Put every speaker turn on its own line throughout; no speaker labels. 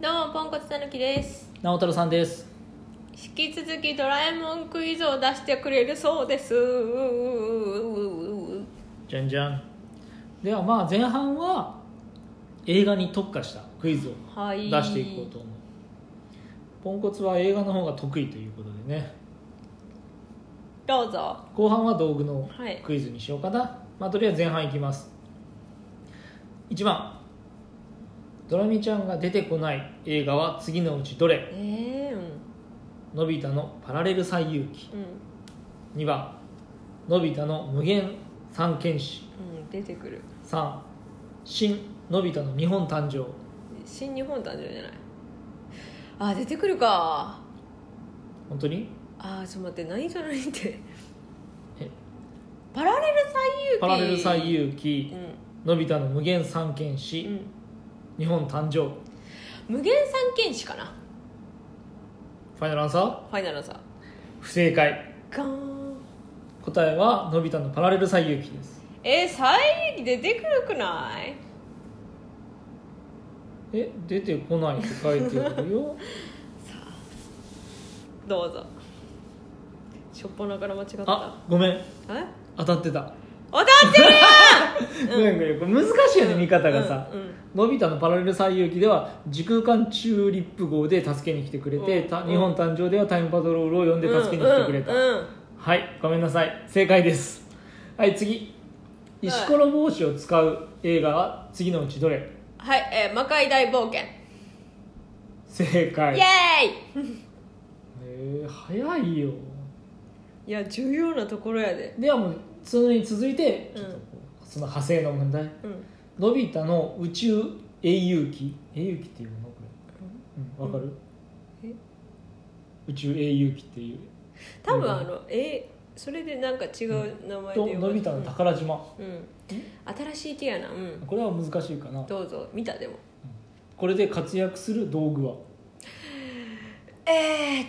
どうもポンコツたぬきです
直太郎さんです
引き続きドラえもんクイズを出してくれるそうです
じゃんじゃんではまあ前半は映画に特化したクイズを
はい
出していこうと思う、ポンコツは映画の方が得意ということでね
どうぞ
後半は道具の
はい
クイズにしようかな、まあとりあえず前半いきます1番ドラミちゃんが出てこない映画は次のうちどれ
ええ
のび太のパラレル最遊記
うん
2番のび太の無限三剣士
うん、うん、出てくる
3新のび太の日本誕生
新日本誕生じゃないあ出てくるか
本当に
あーちょっと待って何それって
え
パラレル最遊記
パラレル最
遊
遊記のび太の無限三剣士、
うん、うん、
日本誕生フ
無限三剣士かな
ァイナルアンサー
ファイナルさ
不正解
ガーン
答えはのび太のパラレル最遊記です
え最遊記出てくるくない
え出てこないって書いてあ るよ
どうぞしょっぱなから間違った
あごめん
え
当たってた、
当たってる
なんかよく難しいよね見方がさ、
うんうん
のび太のパラレル最遊記では時空間チューリップ号で助けに来てくれて、
うん
た日本誕生ではタイムパトロールを呼んで助けに来てくれた、
うんうんうん
はいごめんなさい正解ですはい次石ころ帽子を使う映画は次のうちどれ
はい、えー魔界大冒険、
正解
イエーイ
えー早いよ
いや重要なところやで
ではもうそれに続いて、
うん
ちょっとこうその派生の問題
うん
のび太の宇宙英雄記英雄記っていうのこれ、うん、わかる、
うんえ
宇宙英雄記っていう
多分あのえーそれでなんか違う名前で
と
呼ば
のび
れ
太の宝島、
うん新しい系やなうん
これは難しいかな
どうぞ見たでも
これで活躍する道具は
え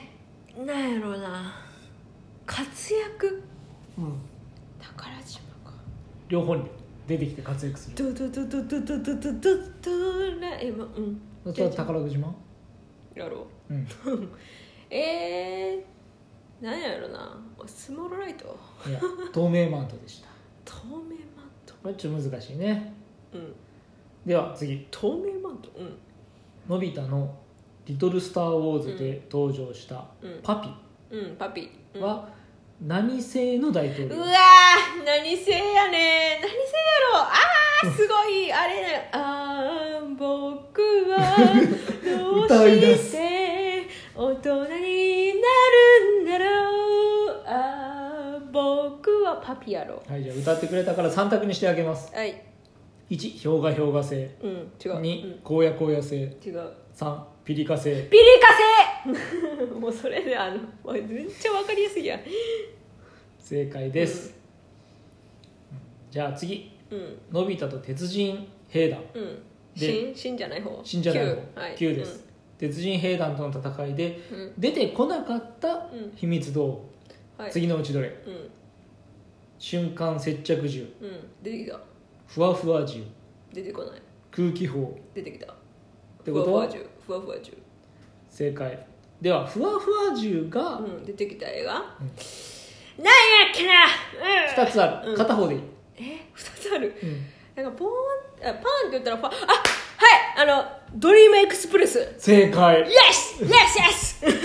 ー、なんやろうな活躍宝島か
両方に出てきて活躍する
ドドドドドドドドドドラえもんうん
それは宝くじま
やろう
うん
えー、何やろなスモールライト
いや透明マントでした
透明マント
これちょっと難しいね
うん
では次
透明マントうん
のび太の「リトル・スター・ウォーズ」で登場した
うん
パ
うんパピ、う
ピ
ん、
は何製の大統
う
領
わー何せやねん何せやろああすごいあれねあー僕 はど
歌
う
い出
し
す
て大人になるんだろうあー僕はパピやろ
はいじゃあ歌ってくれたから3択にしてあげます
はい
1氷河氷河製
うん違う
2荒野荒野製
うん、違う
3ピリカ製
ピリカ製 もうそれであのもうめっちゃわかりやすいやん
正解です、じゃあ次
うん
のび太と鉄人兵団
うん
で
新新じゃない方
信者団の
旧はい
9です、鉄人兵団との戦いで
うん、うん
出てこなかった秘密道具、
はい
次のうちどれ
うん
瞬間接着銃
うん出てきた
ふわふわ銃
出てこない
空気砲
出てきた
ってことは
ふわふわ中
正解ではふわふわ銃
ふわ
が
ふわ中うん出てきた映画、なん、
うん
やっけな、うん、
2つある、
うん
片方でいい、
え二つある
うん
なんかポーンあパーンって言ったらパンあはいあのドリームエクスプレス
正解
イエスイエス イエス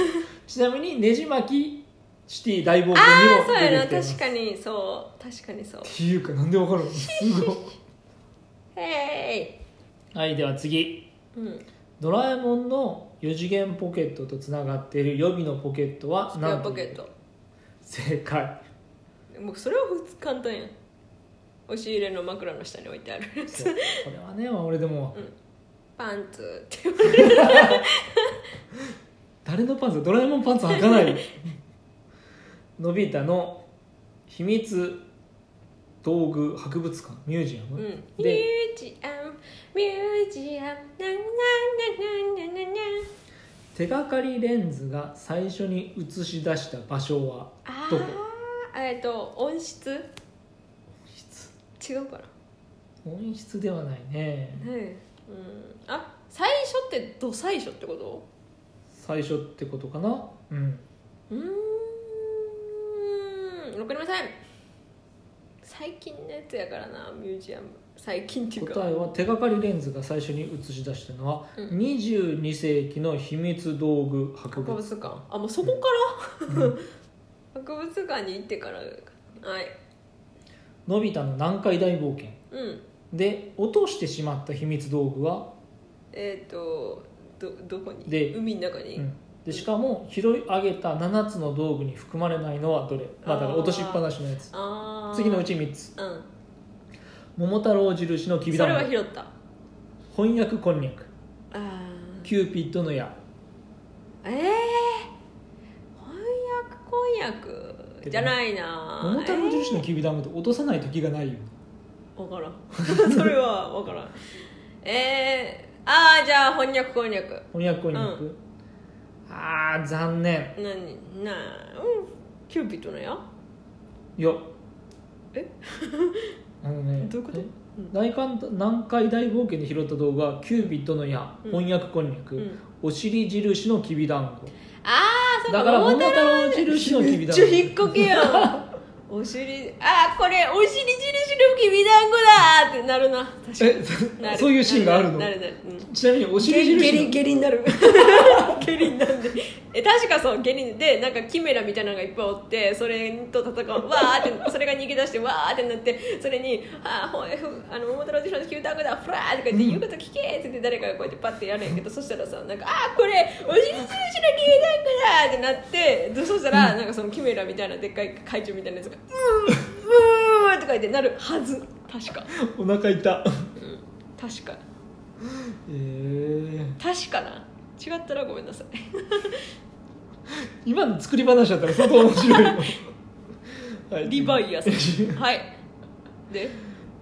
ちなみにねじ巻きシティ大冒険にも
ああそうや
出
な
てきています
確かにそう確かにそう
っていうかなんでわかるのすごい
へ
はいでは次
いうん
ドラえもんの4次元ポケットとつながっている予備のポケットは
スペア
何
ポケット
正解
もうそれは普通簡単やん押し入れの枕の下に置いてあるやつ
そうこれはね、まあ、俺でも、
パンツって言われる
誰のパンツドラえもんパンツ履かない よのび太の秘密道具博物館ミュージア
うん
ム、
ミュー
で
ジアムミュージアムななななななな
手がかりレンズが最初に映し出した場所は
あ
どこ
あえっと音質
室
違うかな
音質ではないね
ねうんあ最初ってってど最初ってこと
最初ってことかなうん
うーんわかりません最近のやつやからなミュージアム最近っていうか
答えは手がかりレンズが最初に映し出したのは、
うん
22世紀の秘密道具博
博
物
物館あもうそこから、博物館に行ってからはい
のび太の南海大冒険
うん
で落としてしまった秘密道具は、
えっ、ー、とどどこに
で
海の中に、
うんでしかも拾い上げた7つの道具に含まれないのはどれ、まあ、だから
あー
落としっぱなしのやつ
ああ
次のう
ち
ち3つ
うん
桃太郎印のきび
そ
だ
れ
ん
は
ご
拾ったあ
翻訳こんにゃく
あ
キューピッドの矢
ええ翻訳婚約じゃないな
桃太郎印のきびだんごって落とさない時がないよ
分からん それは分からんえー、ああじゃあ翻訳こんにゃく
翻訳こんにゃく、あー残念
何なあうんキューピッドのや
いや
え
あのね
どういうこと
え大寒南海大冒険で拾った動画キューピッドの矢
うん
翻訳こんにゃく、
うん
お尻印のきびだんご
ああそう
だから桃
桃
太
太
郎
郎
印のきびだん
ち
ご
ょ引っこけや んお尻ああこれお尻印のきびだんごだーってなるな確かに
え
な る
そういうシーンがあるの
なるなるなる、うん
ちなみにお尻印の
ゲリゲリにな るゲリになんでえ確かそうゲリでなんかキメラみたいなのがいっぱいおってそれと戦うわーってそれが逃げ出してわーってなってそれに「あーほえふあの桃太郎次郎の球団だフラー」とか言って「言うこと聞け!」って言って誰かがこうやってパッてやるんやけどそしたらさなんか「あーこれおじいちゃんの球団だ!」ってなってでそしたらなんかそのキメラみたいなでっかい怪獣みたいなやつが「うーんうーん」とか言ってなるはず確か
お腹痛
確か
えー、
確かな違ったらごめんなさい
今の作り話だったら相当 面白いよ、はい
リバイア スはいで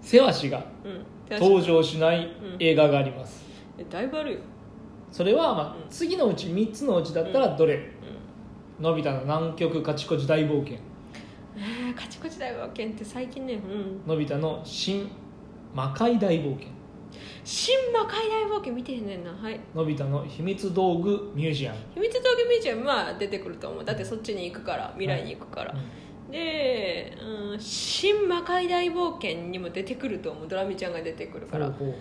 セワシが
うん
登場しない
うん
映画があります、
えだいぶあるよ
それは、まあ
うん
次のうち3つのうちだったらどれ、のび太の南極カチコチ大冒険
えー、カチコチ大冒険って最近ねうん
のび太の新魔界大冒険
新魔界大冒険見てへんねんなはい
のび太の秘密道具ミュージアム、
秘密道具ミュージアムは出てくると思うだってそっちに行くから未来に行くから、で、うん、新魔界大冒険にも出てくると思うドラミちゃんが出てくるからうん
ほうほ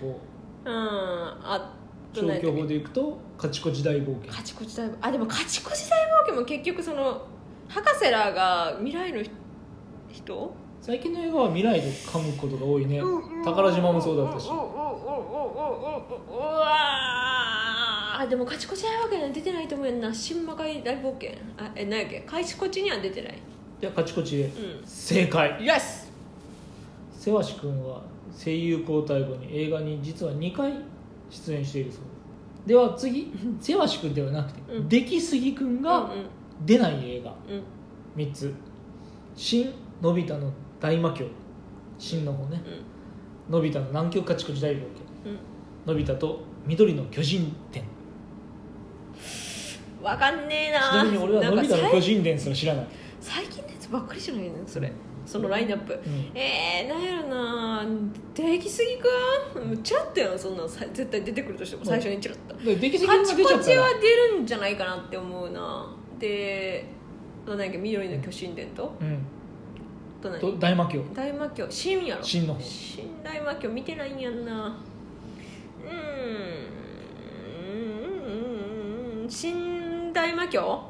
うほ
あ
う
と何や
消
ったっけ
去法でいくとカチコチ大冒険
カチコチ大冒あでもカチコチ大冒険も結局その博士らが未来の人
最近の映画は未来で噛むことが多いね宝島もそうだったし
うわーでもカチコチ大冒険には出てないと思うよな新魔界大冒険あえ何やっけカチコチには出てない
いやカチコチで
う
正解
んイエス
瀬橋君は声優交代後に映画に実は2回出演しているそうでは次瀬橋君ではなくて、
うん
出来すぎ君
うんうん
が出ない映画
うん
3つ「新のび太の大魔教」新の方ね「のび太の南極カチコチ大冒険」
うんうん
「のび太と緑の巨人伝」
わかんねえな
ちなみに俺はのび太
な
の
んか
巨人伝すら知らない
最最近のやつばっかりじゃないねそれそのラインナップ
うん
えー、なんやろな出来すぎくんもうチラッとやんそんなんさ絶対出てくるとしても最初にチラッと
で出来すぎ
カ
君が
チ
出ちゃ
コ
っ
チ
たら
は出るんじゃないかなって思うなであと何やっけ緑の巨神伝と
うん
あと
と
何
大魔教
大魔教新やろ
新の方
新大魔教見てないんやんなうーんうん新大魔教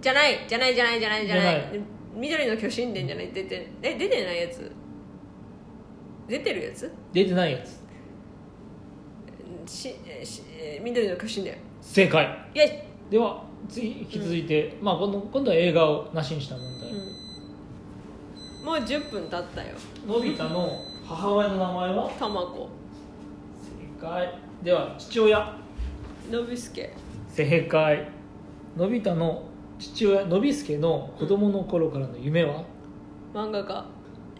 じゃないじゃないじゃないじゃないじゃない
じゃない
緑の巨神伝じゃない出てえ出てないやつ出てるやつ
出てないやつ
しえしえ緑の巨神伝
正解
イエ
では次引き続いて、まあ今度今度は映画をなしにした問
イ、
題、
うん、もう10分経ったよ
のび太の母親の名前は
たまこ
正解では父親
のびすけ
正解のび太の父親のびすけの子供の頃からの夢は、
漫画家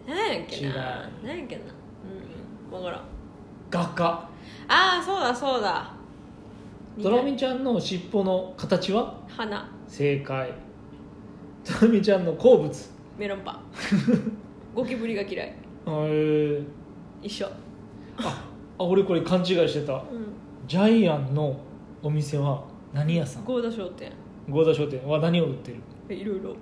何やっけ
違う
な何やっけなうん分からん
画家
ああそうだそうだ
ドラミちゃんの尻尾の形は
花
正 解ドラミちゃんの好物へ
メロンパ ンゴキブリが嫌い
ー
一緒
あ俺これ勘違いしてた
うん
ジャイアンのお店は何屋さん
合田商店
合田商店は何を売ってる
えいろい ろ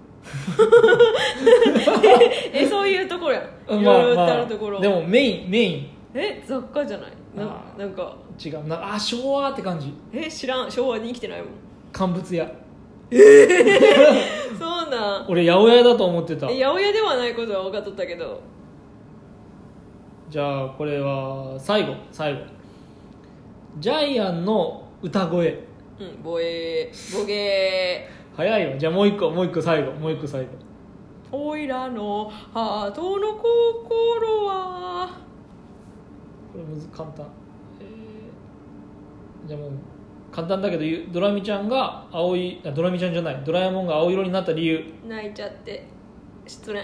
えそういうところやんい
ま
ろいろ
ま
ってあるところ、
でもメインメイン
え雑貨じゃないな
あー
なんか
違うなあ昭和って感じ
え知らん昭和に生きてないもん
乾物屋
そうなん
俺八百屋だと思ってた
え八百屋ではないことは分かっとったけど
じゃあこれは最後最後ジャイアンの歌声
うんボエーボゲー
早いわじゃあもう一個もう一個最後もう一個最後
おいらのハートの心は
これむず簡単、えーじゃあもう簡単だけど言うドラミちゃんが青いあドラミちゃんじゃないドラえもんが青色になった理由
泣いちゃって失恋